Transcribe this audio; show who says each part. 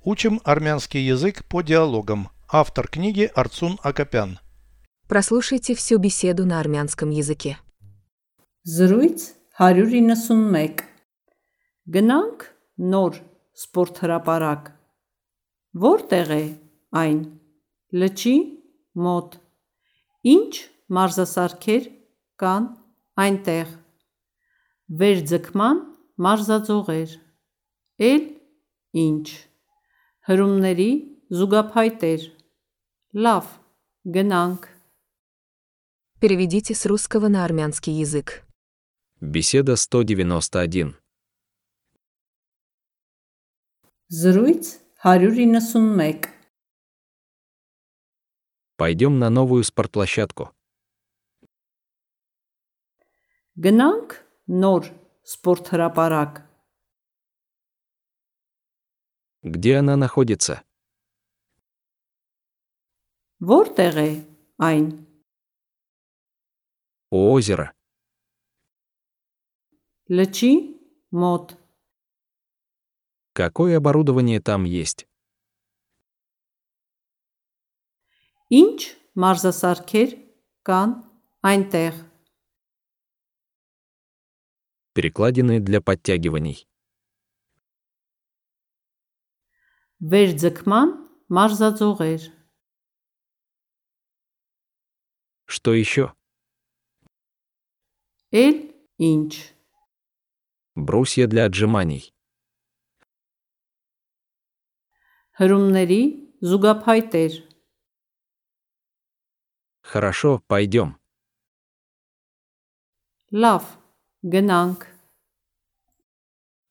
Speaker 1: Учим армянский язык по диалогам. Автор книги Арцун Акопян.
Speaker 2: Прослушайте всю беседу на армянском языке.
Speaker 3: Զրույց 191 Գնանք նոր սպորտ հրապարակ Որտեղ է այն լճի մոտ Ինչ մարզասարքեր կան այնտեղ Վերձգման մարզաձողեր Էլ ինչ Հրումների զուգափայտեր Լավ գնանք
Speaker 2: Переведите с русского на армянский язык.
Speaker 4: Беседа 191.
Speaker 3: Զրույց 191
Speaker 4: Пойдем на новую спортплощадку.
Speaker 3: Գնանք նոր սպորտ հրապարակ։
Speaker 4: Где она находится?
Speaker 3: Որտեղ է այն
Speaker 4: У озера.
Speaker 3: լճի մոտ։
Speaker 4: Какое оборудование там есть?
Speaker 3: Ինչ մարզասարքեր կան այնտեղ։
Speaker 4: Перекладины для подтягиваний.
Speaker 3: Վերձգման մարզաձողեր։
Speaker 4: Что еще?
Speaker 3: Էլ ինչ։
Speaker 4: Брусья для отжиманий.
Speaker 3: Հրումների զուգափայտեր։
Speaker 4: Хорошо, пойдем.
Speaker 3: Լավ, գնանք։